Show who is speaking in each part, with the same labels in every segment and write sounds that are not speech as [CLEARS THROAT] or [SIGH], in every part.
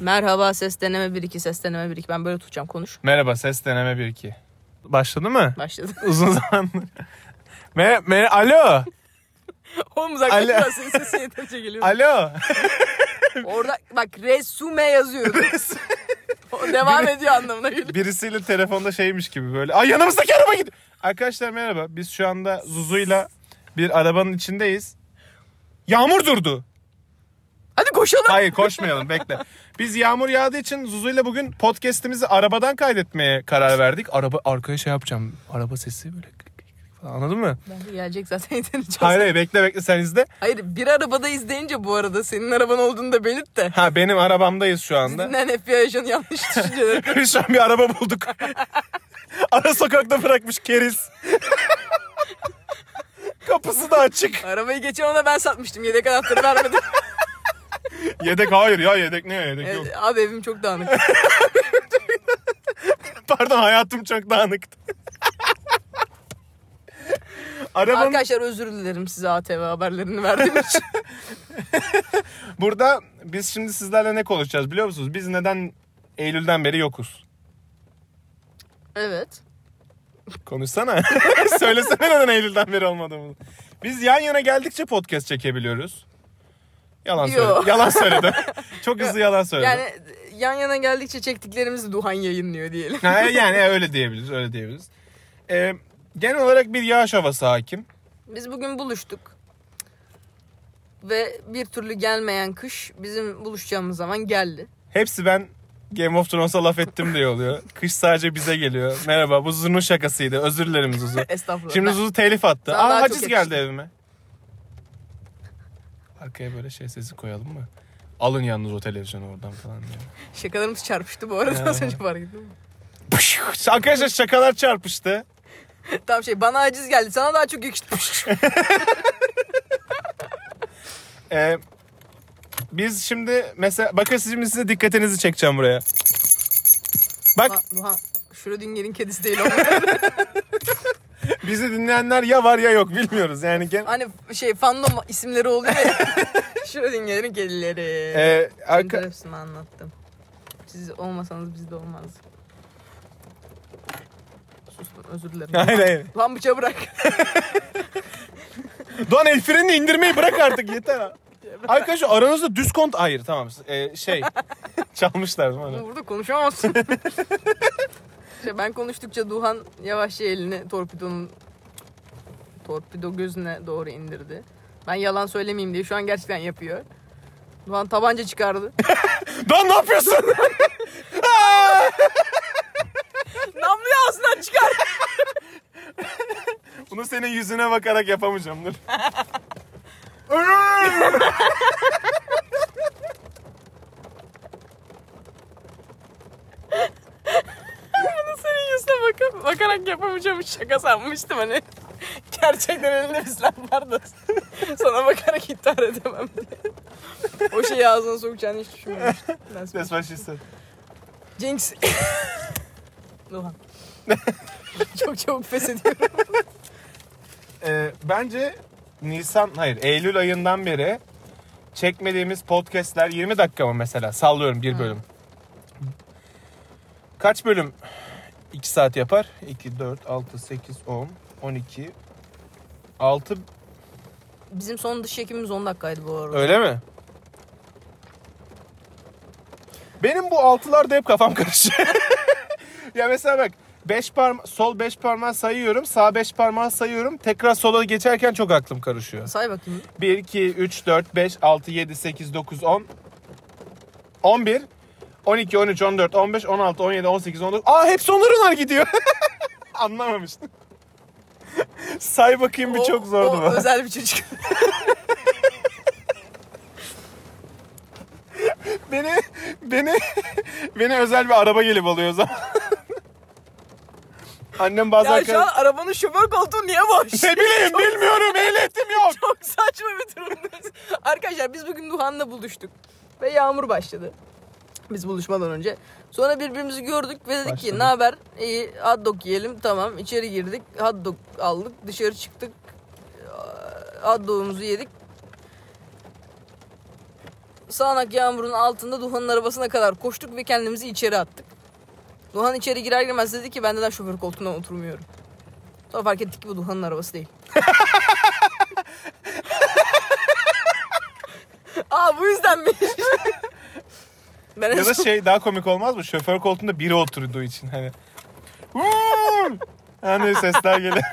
Speaker 1: Merhaba ses deneme 1 2 ses deneme 1 2. Ben böyle tutacağım konuş.
Speaker 2: Merhaba ses deneme 1 2. Başladı mı?
Speaker 1: Başladı. [LAUGHS]
Speaker 2: Uzun zaman. Mer mer Alo.
Speaker 1: Oğlum
Speaker 2: Alo.
Speaker 1: uzaklaşma senin sesin yeterince geliyor.
Speaker 2: Alo.
Speaker 1: Orada bak resume yazıyordu. O devam ediyor anlamına geliyor.
Speaker 2: [LAUGHS] Birisiyle telefonda şeymiş gibi böyle. Ay yanımızdaki araba gidiyor. Arkadaşlar merhaba. Biz şu anda Zuzu'yla bir arabanın içindeyiz. Yağmur durdu.
Speaker 1: Hadi koşalım.
Speaker 2: Hayır koşmayalım bekle. Biz yağmur yağdığı için Zuzu'yla bugün podcast'imizi arabadan kaydetmeye karar verdik. Araba arkaya şey yapacağım. Araba sesi böyle falan, anladın mı?
Speaker 1: Bence gelecek zaten yeterince.
Speaker 2: Hayır
Speaker 1: Hayır.
Speaker 2: hayır bekle bekle sen izle.
Speaker 1: Hayır bir arabada izleyince bu arada senin araban olduğunu da belirt de.
Speaker 2: Ha benim arabamdayız şu anda.
Speaker 1: Dinlen FBI ajanı yanlış
Speaker 2: [LAUGHS]
Speaker 1: düşünceleri.
Speaker 2: Şu an bir araba bulduk. [LAUGHS] Ara sokakta bırakmış keriz. [LAUGHS] Kapısı da açık.
Speaker 1: Arabayı geçen ona ben satmıştım. Yedek anahtarı vermedim.
Speaker 2: Yedek hayır ya yedek ne ya, yedek [LAUGHS] yok.
Speaker 1: Evet, abi evim çok dağınık.
Speaker 2: Pardon hayatım çok [LAUGHS] dağınıktı. Arabanın
Speaker 1: Arkadaşlar özür dilerim size ATV haberlerini verdiğim
Speaker 2: [LAUGHS]
Speaker 1: için.
Speaker 2: burada biz şimdi sizlerle ne konuşacağız biliyor musunuz? Biz neden Eylül'den beri yokuz?
Speaker 1: Evet.
Speaker 2: Konuşsana. [LAUGHS] Söylesene neden Eylül'den beri olmadığımızı. Biz yan yana geldikçe podcast çekebiliyoruz. Yalan
Speaker 1: Yo.
Speaker 2: söyledi.
Speaker 1: [LAUGHS]
Speaker 2: Yalan söyledi. Çok hızlı yalan söyledi.
Speaker 1: Yani yan yana geldikçe çektiklerimizi Duhan yayınlıyor diyelim.
Speaker 2: Ha, e, yani öyle diyebiliriz, öyle diyebiliriz. Ee, genel olarak bir yağış havası hakim.
Speaker 1: Biz bugün buluştuk. Ve bir türlü gelmeyen kış bizim buluşacağımız zaman geldi.
Speaker 2: Hepsi ben Game of Thrones'a laf ettim diye oluyor. Kış sadece bize geliyor. Merhaba bu Zuzu'nun şakasıydı. Özür dilerim Zuzu.
Speaker 1: Estağfurullah.
Speaker 2: Şimdi
Speaker 1: Ben-
Speaker 2: Zuzu telif attı.
Speaker 1: Sana
Speaker 2: Aa
Speaker 1: daha çok
Speaker 2: haciz
Speaker 1: yakıştı.
Speaker 2: geldi evime. Arkaya böyle şey sesi koyalım mı? Alın yalnız o televizyonu oradan falan diye.
Speaker 1: Şakalarımız çarpıştı bu arada az önce fark ettim.
Speaker 2: Pışık! Arkadaşlar şakalar çarpıştı.
Speaker 1: Tam şey bana aciz geldi sana daha çok
Speaker 2: [LAUGHS]
Speaker 1: yakıştı.
Speaker 2: Ee, biz şimdi mesela bakın şimdi size dikkatinizi çekeceğim buraya. Bak
Speaker 1: Duhan- Duhan Schrödinger'in kedisi değil
Speaker 2: [LAUGHS]
Speaker 1: o.
Speaker 2: Bizi dinleyenler ya var ya yok bilmiyoruz yani. Gen-
Speaker 1: hani şey fandom isimleri oluyor
Speaker 2: [LAUGHS]
Speaker 1: ya. Schrödinger'in kedileri.
Speaker 2: Ee, arka- [LAUGHS]
Speaker 1: Arka... hepsini anlattım. Siz olmasanız biz de olmazdık. Sustum özür dilerim.
Speaker 2: [LAUGHS] hayır hayır.
Speaker 1: Lan bıçağı bırak.
Speaker 2: Doğan el frenini indirmeyi bırak artık yeter. ha. Arkadaşlar aranızda düskont hayır tamam Ee, [LAUGHS] şey çalmışlar
Speaker 1: Ama
Speaker 2: bana.
Speaker 1: burada konuşamazsın. [LAUGHS] işte ben konuştukça Duhan yavaşça elini torpidonun torpido gözüne doğru indirdi. Ben yalan söylemeyeyim diye şu an gerçekten yapıyor. Duhan tabanca çıkardı. [LAUGHS]
Speaker 2: Doğan ne yapıyorsun?
Speaker 1: Namluyu ağzından çıkar.
Speaker 2: Bunu senin yüzüne bakarak yapamayacağım [LAUGHS] dur.
Speaker 1: Senin yüzüne bakıp, bakarak yapamayacağım şaka sanmıştım hani. [LAUGHS] Gerçekten elinde bizler vardı. [LAUGHS] Sana bakarak intihar edemem [LAUGHS] diye. O şeyi ağzına sokacağını hiç düşünmemiştim. Nasıl?
Speaker 2: [LAUGHS] That's what she said.
Speaker 1: [LAUGHS] Jinx. Doğan. [LAUGHS] çok çabuk pes ediyorum.
Speaker 2: Ee, bence Nisan hayır Eylül ayından beri çekmediğimiz podcastler 20 dakika mı mesela sallıyorum bir bölüm. Kaç bölüm 2 saat yapar? 2, 4, 6, 8, 10, 12, 6
Speaker 1: Bizim son dış çekimimiz 10 dakikaydı bu arada.
Speaker 2: öyle mi? Benim bu altılarda hep kafam [LAUGHS] karışıyor. ya mesela bak beş parma sol beş parmağı sayıyorum, sağ beş parmağı sayıyorum. Tekrar sola geçerken çok aklım karışıyor.
Speaker 1: Say bakayım.
Speaker 2: 1, 2, 3, 4, 5, 6, 7, 8, 9, 10. 11, 12, 13, 14, 15, 16, 17, 18, 19. Aa hepsi onlarınlar gidiyor. [LAUGHS] Anlamamıştım. Say bakayım bir
Speaker 1: O-
Speaker 2: çok zordu
Speaker 1: o
Speaker 2: bu.
Speaker 1: özel bir çocuk.
Speaker 2: Beni, beni, [LAUGHS] beni özel bir araba gelip alıyor o zaman. [LAUGHS] Annem bazen...
Speaker 1: ya şu an
Speaker 2: kar-
Speaker 1: arabanın şoför koltuğu niye boş?
Speaker 2: Ne bileyim bilmiyorum ehliyetim yok.
Speaker 1: çok saçma bir durumdayız. Arkadaşlar biz bugün Duhan'la buluştuk. Ve yağmur başladı. Biz buluşmadan önce. Sonra birbirimizi gördük ve dedik
Speaker 2: Başladı.
Speaker 1: ki ne haber? İyi hot dog yiyelim. Tamam içeri girdik. Hot dog aldık. Dışarı çıktık. Hot dog'umuzu yedik. sağanak yağmurun altında Duhan'ın arabasına kadar koştuk ve kendimizi içeri attık. Duhan içeri girer girmez dedi ki ben neden şoför koltuğuna oturmuyorum. Sonra fark ettik ki bu Duhan'ın arabası [LAUGHS] değil. Aa bu yüzdenmiş. ben en
Speaker 2: Ya
Speaker 1: [LAUGHS]
Speaker 2: da
Speaker 1: son-
Speaker 2: şey daha komik olmaz mı? Şoför koltuğunda biri oturduğu için hani. "Vuuu!" hani sesler geliyor.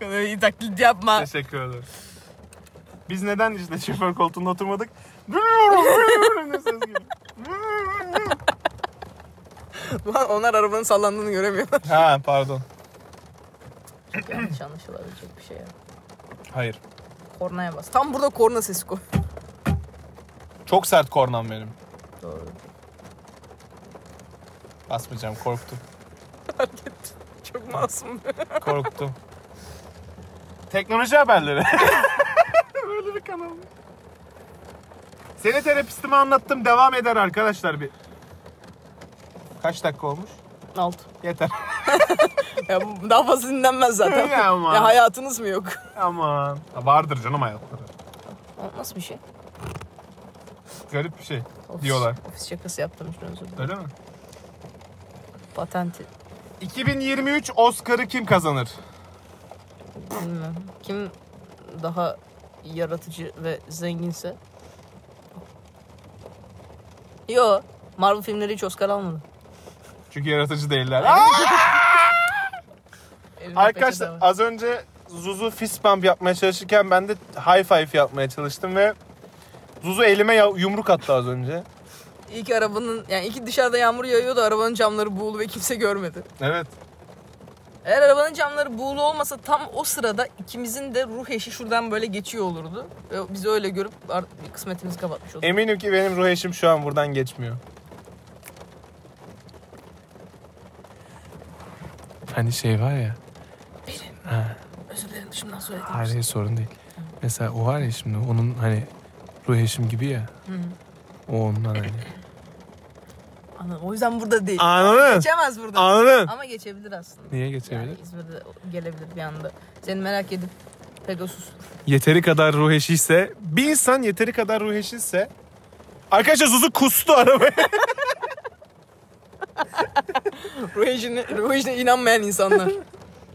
Speaker 1: Öyle iyi taklit yapma.
Speaker 2: [LAUGHS] Teşekkür ederim. Biz neden işte şoför koltuğunda oturmadık? Bilmiyorum, bilmiyorum ne ses geliyor.
Speaker 1: Duhan onlar arabanın sallandığını göremiyor.
Speaker 2: ha pardon.
Speaker 1: [LAUGHS] Yanlış anlaşılabilecek bir şey ya.
Speaker 2: Hayır.
Speaker 1: Kornaya bas. Tam burada korna sesi koy.
Speaker 2: Çok sert kornam benim.
Speaker 1: Doğru.
Speaker 2: Basmayacağım korktum.
Speaker 1: Fark ettim. Çok masum.
Speaker 2: Korktum. Teknoloji haberleri. [LAUGHS] Böyle bir kanal. Seni terapistime anlattım devam eder arkadaşlar bir. Kaç dakika olmuş?
Speaker 1: Alt.
Speaker 2: [LAUGHS] Yeter.
Speaker 1: Ya bu- daha fazla dinlenmez zaten.
Speaker 2: Ya
Speaker 1: [LAUGHS]
Speaker 2: aman.
Speaker 1: Ya hayatınız mı yok?
Speaker 2: Aman. Ha, Vardır canım hayatları.
Speaker 1: Nasıl bir şey?
Speaker 2: Garip bir şey
Speaker 1: Ofis-
Speaker 2: diyorlar.
Speaker 1: Ofis şakası yaptım şu an özür dilerim.
Speaker 2: Öyle mi?
Speaker 1: Patenti.
Speaker 2: 2023 Oscar'ı kim kazanır?
Speaker 1: Bilmem. Kim daha yaratıcı ve zenginse. Yo. Marvel filmleri hiç Oscar almadı.
Speaker 2: Çünkü yaratıcı değiller.
Speaker 1: Elimde
Speaker 2: Arkadaşlar
Speaker 1: peçete var.
Speaker 2: az önce Zuzu fist bump yapmaya çalışırken ben de high five yapmaya çalıştım ve Zuzu elime ya- yumruk attı az önce.
Speaker 1: İyi ki arabanın yani iki dışarıda yağmur yağıyor da arabanın camları buğulu ve kimse görmedi.
Speaker 2: Evet.
Speaker 1: Eğer arabanın camları buğulu olmasa tam o sırada ikimizin de ruh eşi şuradan böyle geçiyor olurdu. Ve biz öyle görüp ar- kısmetimizi kapatmış olduk.
Speaker 2: Eminim ki benim ruh eşim şu an buradan geçmiyor. Hani şey var ya.
Speaker 1: Özür dilerim şimdiden söyledim.
Speaker 2: E- Hayır hayır, şey sorun değil. Mesela o var ya şimdi onun hani ruh eşim gibi ya. O ondan hani.
Speaker 1: Anladım. O yüzden burada değil.
Speaker 2: Anladın?
Speaker 1: Geçemez burada.
Speaker 2: Anladın?
Speaker 1: Ama geçebilir aslında.
Speaker 2: Niye
Speaker 1: Yani
Speaker 2: geçebilir?
Speaker 1: İzmir'de gelebilir bir anda. Seni merak edip [LAUGHS] Pegasus.
Speaker 2: Yeteri kadar ruh eşiyse, bir insan yeteri kadar ruh eşiyse Arkadaşlar Zuzu kustu arabaya.
Speaker 1: ruh eşine, ruh eşine inanmayan [LAUGHS] insanlar.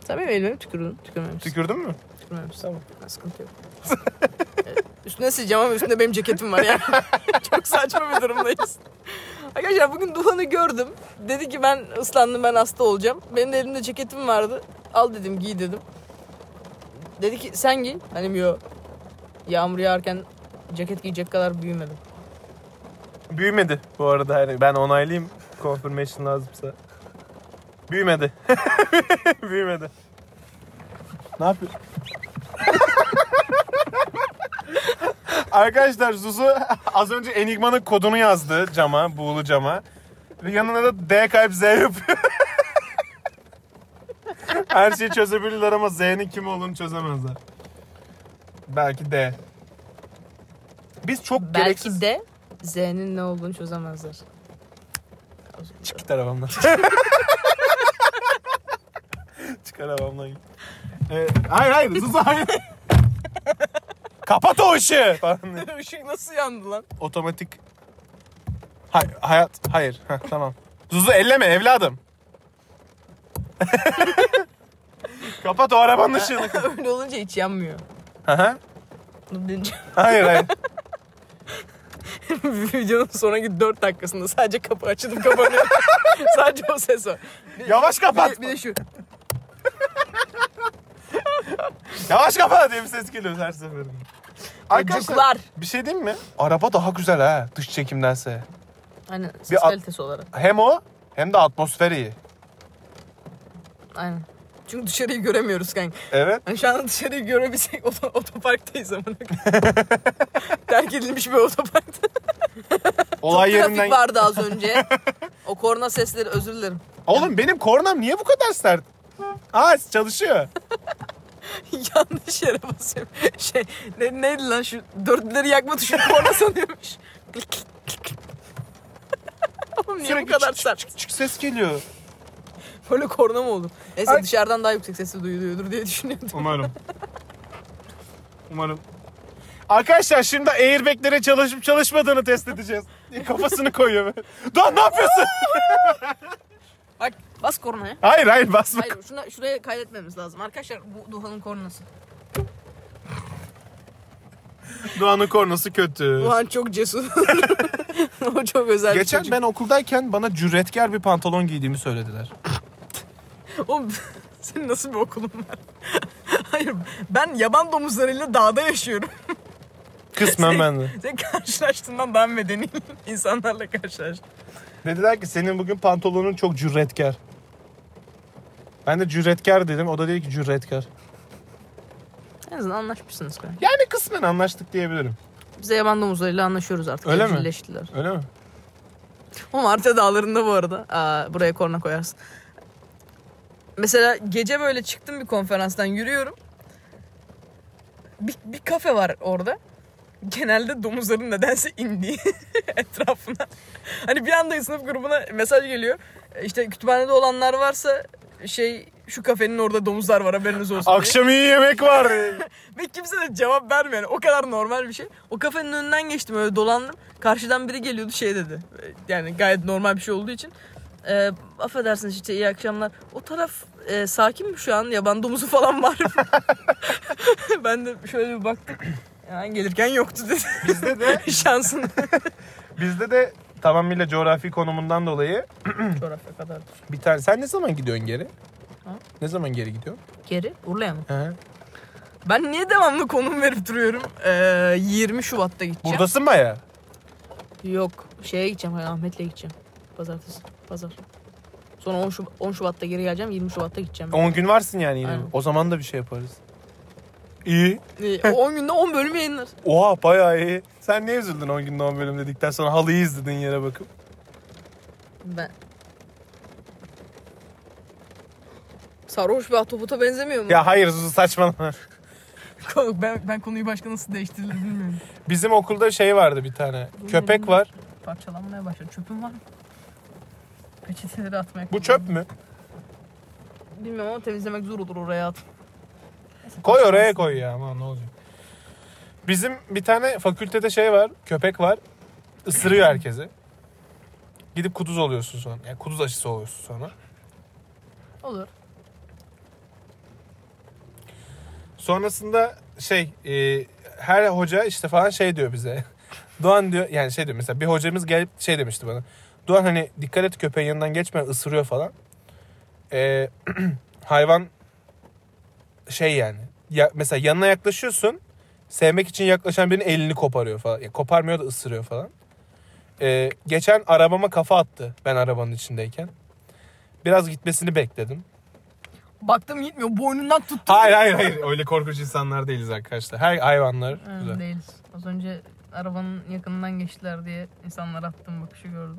Speaker 1: Sen benim elime tükürdün. Tükürmemişsin.
Speaker 2: Tükürdün mü?
Speaker 1: Tükürmemişsin.
Speaker 2: Tamam.
Speaker 1: Ha, Sıkıntı [LAUGHS] yok. Evet, Üstüne sileceğim ama üstünde benim ceketim var yani. [LAUGHS] Çok saçma bir durumdayız. Arkadaşlar bugün Duhan'ı gördüm. Dedi ki ben ıslandım ben hasta olacağım. Benim de elimde ceketim vardı. Al dedim giy dedim. Dedi ki sen giy. Hani yo. Yağmur yağarken ceket giyecek kadar büyümedim.
Speaker 2: Büyümedi bu arada hani ben onaylayayım confirmation lazımsa. Büyümedi. [LAUGHS] Büyümedi. Ne yapıyorsun? [LAUGHS] Arkadaşlar Zuzu az önce Enigma'nın kodunu yazdı cama, buğulu cama. Ve yanına da D kalp Z yapıyor. [LAUGHS] Her şeyi çözebilirler ama Z'nin kim olduğunu çözemezler. Belki D. Biz çok gereksiz...
Speaker 1: Belki de Z'nin ne olduğunu çözemezler.
Speaker 2: Çık git arabamdan. [LAUGHS] Çık arabamdan git. Ee, hayır hayır sus hayır. Kapat o işi. Falan
Speaker 1: [LAUGHS]
Speaker 2: diye.
Speaker 1: Işık nasıl yandı lan? [LAUGHS]
Speaker 2: Otomatik. Hayır hayat hayır. Heh, tamam. Zuzu elleme evladım. [LAUGHS] Kapat o arabanın ışığını.
Speaker 1: Öyle olunca hiç yanmıyor.
Speaker 2: Hı hı.
Speaker 1: Bunu deneyeceğim.
Speaker 2: hayır hayır.
Speaker 1: [LAUGHS] Videonun sonraki 4 dakikasında sadece kapı açıldım kapanıyor. [LAUGHS] sadece o ses var.
Speaker 2: Yavaş
Speaker 1: Bir
Speaker 2: kapat.
Speaker 1: de, bir de şu.
Speaker 2: Yavaş kapat diye bir ses geliyor her seferinde.
Speaker 1: Çocuklar.
Speaker 2: bir şey diyeyim mi? Araba daha güzel ha dış çekimdense.
Speaker 1: Aynen hani ses
Speaker 2: Bir at-
Speaker 1: kalitesi olarak.
Speaker 2: Hem o hem de atmosfer iyi.
Speaker 1: Aynen. Çünkü dışarıyı göremiyoruz kanka.
Speaker 2: Evet.
Speaker 1: Yani şu an dışarıyı görebilsek [LAUGHS] oto- otoparktayız
Speaker 2: [LAUGHS]
Speaker 1: amına koyayım. Terk edilmiş bir otoparkta.
Speaker 2: Olay
Speaker 1: Trafik
Speaker 2: yerinden.
Speaker 1: vardı az önce. O korna sesleri özür dilerim.
Speaker 2: Oğlum benim kornam niye bu kadar sert? Aa
Speaker 1: [LAUGHS]
Speaker 2: çalışıyor.
Speaker 1: Yanlış yere basıyorum. Şey ne, neydi lan şu dörtlüleri yakma tuşu korna sanıyormuş. [LAUGHS] Oğlum niye bu
Speaker 2: Sürekli
Speaker 1: kadar
Speaker 2: çık,
Speaker 1: sert?
Speaker 2: Çık ses geliyor.
Speaker 1: Böyle korna mı oldu? Neyse
Speaker 2: Ay.
Speaker 1: dışarıdan daha yüksek sesle duyuluyordur diye düşünüyordum.
Speaker 2: Umarım. Umarım. Arkadaşlar şimdi airbag'lere çalışıp çalışmadığını test edeceğiz. [LAUGHS] diye Kafasını koyuyor böyle. Lan ne yapıyorsun?
Speaker 1: [LAUGHS] Bak bas kornaya.
Speaker 2: hayır hayır basma.
Speaker 1: Hayır şuna, şuraya kaydetmemiz lazım. Arkadaşlar bu Duhan'ın kornası.
Speaker 2: Doğan'ın kornası kötü.
Speaker 1: Duhan çok cesur. [LAUGHS] o çok özel
Speaker 2: Geçen
Speaker 1: bir çocuk.
Speaker 2: ben okuldayken bana cüretkar bir pantolon
Speaker 1: [LAUGHS]
Speaker 2: giydiğimi söylediler.
Speaker 1: Oğlum [LAUGHS] senin nasıl bir okulun var? [LAUGHS] Hayır ben yaban domuzlarıyla dağda yaşıyorum.
Speaker 2: Kısmen ben de.
Speaker 1: Sen karşılaştığından daha medeni [LAUGHS] insanlarla karşılaştım.
Speaker 2: Dediler ki senin bugün pantolonun çok cüretkar. Ben de cüretkar dedim. O da dedi ki cüretkar.
Speaker 1: En azından anlaşmışsınız be.
Speaker 2: Yani kısmen anlaştık diyebilirim.
Speaker 1: Biz de yaban domuzlarıyla anlaşıyoruz artık.
Speaker 2: Öyle mi?
Speaker 1: Evcilleştiler. [LAUGHS]
Speaker 2: Öyle mi?
Speaker 1: O Marta dağlarında bu arada. Aa, buraya korna koyarsın. Mesela gece böyle çıktım bir konferanstan yürüyorum. Bir, bir kafe var orada. Genelde domuzların nedense indiği [LAUGHS] etrafına. Hani bir anda sınıf grubuna mesaj geliyor. İşte kütüphanede olanlar varsa şey şu kafenin orada domuzlar var haberiniz olsun diye.
Speaker 2: Akşam iyi yemek var.
Speaker 1: Ve kimse de cevap vermiyor. Yani O kadar normal bir şey. O kafenin önünden geçtim öyle dolandım. Karşıdan biri geliyordu şey dedi. Yani gayet normal bir şey olduğu için. Ee, affedersiniz işte iyi akşamlar. O taraf e, sakin mi şu an? Yaban domuzu falan var mı? [LAUGHS] ben de şöyle bir baktım. Yani gelirken yoktu dedi.
Speaker 2: Bizde
Speaker 1: [LAUGHS]
Speaker 2: de
Speaker 1: Şansın.
Speaker 2: [LAUGHS] bizde de tamamıyla coğrafi konumundan dolayı
Speaker 1: Coğrafya kadardır.
Speaker 2: bir tane sen ne zaman gidiyorsun geri?
Speaker 1: Ha?
Speaker 2: Ne zaman geri gidiyorsun?
Speaker 1: Geri Urla'ya mı?
Speaker 2: He.
Speaker 1: Ben niye devamlı konum verip duruyorum? Ee, 20 Şubat'ta gideceğim.
Speaker 2: Buradasın baya.
Speaker 1: Yok. Şeye gideceğim. hayır, Ahmet'le gideceğim. Pazartesi. Pazar. Sonra 10, Şub- 10 Şubat'ta geri geleceğim. 20 Şubat'ta gideceğim.
Speaker 2: 10 gün varsın yani yine.
Speaker 1: Aynen.
Speaker 2: O zaman da bir şey yaparız. İyi.
Speaker 1: Ee, o 10 günde 10 bölüm yayınlar.
Speaker 2: Oha bayağı iyi. Sen niye üzüldün 10 günde 10 bölüm dedikten sonra halıyı izledin yere bakıp?
Speaker 1: Ben. Sarhoş bir atopota benzemiyor mu? [LAUGHS]
Speaker 2: Ya hayır saçmalama.
Speaker 1: ben, ben konuyu başka nasıl değiştirilir bilmiyorum.
Speaker 2: Bizim okulda şey vardı bir tane. Köpek var.
Speaker 1: Parçalanmaya başladı. Çöpün var mı? Peçeteleri atmaya
Speaker 2: Bu çöp mü?
Speaker 1: Bilmiyorum ama temizlemek zor olur oraya at.
Speaker 2: Koy oraya koy ya aman ne olacak. Bizim bir tane fakültede şey var. Köpek var. Isırıyor herkesi. Gidip kuduz oluyorsun sonra. Yani kuduz aşısı oluyorsun sonra.
Speaker 1: Olur.
Speaker 2: Sonrasında şey e, her hoca işte falan şey diyor bize. [LAUGHS] Doğan diyor yani şey diyor mesela bir hocamız gelip şey demişti bana. Doğan hani dikkat et köpeğin yanından geçme ısırıyor falan. E, [CLEARS THROAT] hayvan şey yani ya, mesela yanına yaklaşıyorsun sevmek için yaklaşan birinin elini koparıyor falan. Ya, koparmıyor da ısırıyor falan. E, geçen arabama kafa attı ben arabanın içindeyken. Biraz gitmesini bekledim.
Speaker 1: Baktım gitmiyor. Boynundan tuttum.
Speaker 2: Hayır hayır hayır öyle korkunç insanlar değiliz arkadaşlar. Her hayvanlar
Speaker 1: Ha,
Speaker 2: güzel.
Speaker 1: Değiliz. Az önce arabanın yakınından geçtiler diye insanlara attığım bakışı gördüm.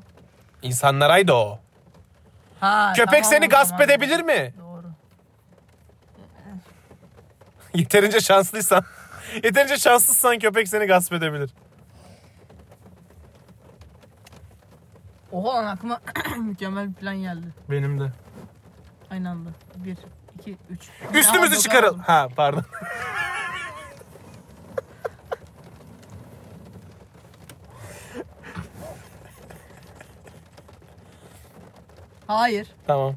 Speaker 2: İnsanlaraydı o.
Speaker 1: Ha,
Speaker 2: Köpek
Speaker 1: tamam
Speaker 2: seni
Speaker 1: o
Speaker 2: gasp
Speaker 1: zaman.
Speaker 2: edebilir mi? [LAUGHS]
Speaker 1: Doğru.
Speaker 2: Yeterince şanslıysan. [LAUGHS] yeterince şanslısın köpek seni gasp edebilir.
Speaker 1: Oha lan aklıma [CLEARS THROAT] mükemmel bir plan geldi.
Speaker 2: Benim de.
Speaker 1: Aynı anda. Bir, iki, üç.
Speaker 2: Üstümüzü çıkaralım. Ha pardon. [LAUGHS]
Speaker 1: Hayır.
Speaker 2: tamam.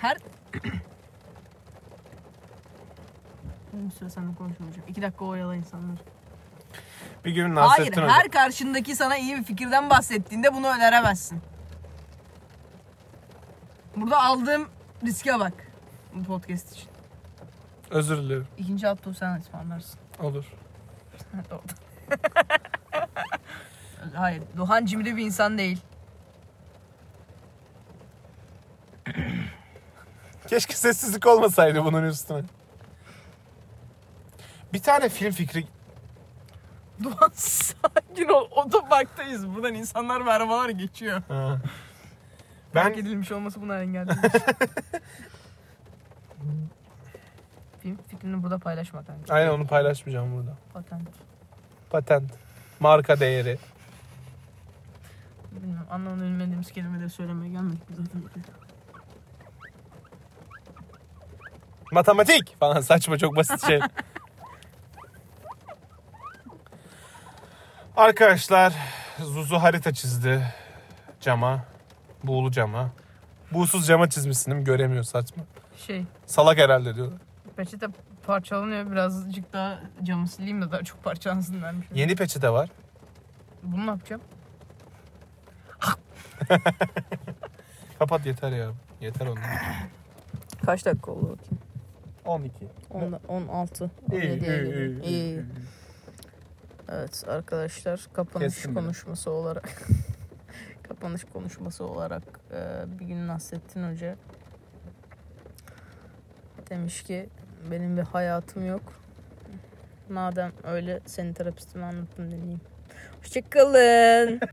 Speaker 1: Her... [CLEARS THROAT] bir süre seninle konuşmayacağım. İki dakika oyala insanlar.
Speaker 2: Bir gün
Speaker 1: Hayır,
Speaker 2: Nasrettin Hoca.
Speaker 1: her karşındaki sana iyi bir fikirden bahsettiğinde bunu öneremezsin. Burada aldığım riske bak. Bu podcast için.
Speaker 2: Özür dilerim.
Speaker 1: İkinci hafta sen [LAUGHS] ısmarlarsın.
Speaker 2: Olur.
Speaker 1: Doğru. [LAUGHS] Hayır, Doğan cimri bir insan değil. [LAUGHS]
Speaker 2: Keşke sessizlik olmasaydı bunun üstüne. Bir tane film fikri
Speaker 1: Doğan sakin ol, otoparktayız. Buradan insanlar ve arabalar geçiyor.
Speaker 2: Ha.
Speaker 1: Ben... Fark
Speaker 2: Ben
Speaker 1: edilmiş olması buna engel değil. Film fikrini burada paylaşma kanka.
Speaker 2: aynen onu paylaşmayacağım burada.
Speaker 1: Patent.
Speaker 2: Patent. Marka değeri.
Speaker 1: Bilmiyorum, anlamını bilmediğimiz kelimeleri söylemeye gelmedik biz zaten buraya.
Speaker 2: Matematik falan saçma çok basit şey. Arkadaşlar Zuzu harita çizdi cama. Buğulu cama. Buğusuz cama çizmişsin değil mi? Göremiyor saçma.
Speaker 1: Şey
Speaker 2: Salak herhalde diyorlar.
Speaker 1: peçete parçalanıyor birazcık daha camı sileyim de daha çok parçalansın dermiş.
Speaker 2: Yeni peçete var.
Speaker 1: Bunu ne yapacağım?
Speaker 2: Kapat yeter ya. Yeter ondan.
Speaker 1: Kaç dakika oldu bakayım?
Speaker 2: 12.
Speaker 1: 16. 17'ye
Speaker 2: İyi, iyi,
Speaker 1: geliyor.
Speaker 2: iyi,
Speaker 1: İyi. Evet arkadaşlar kapanış
Speaker 2: Kestim bile.
Speaker 1: konuşması olarak [LAUGHS] kapanış konuşması olarak e, bir gün Nasrettin Hoca demiş ki benim bir hayatım yok. Madem öyle seni terapistime anlattım deneyeyim. Hoşçakalın.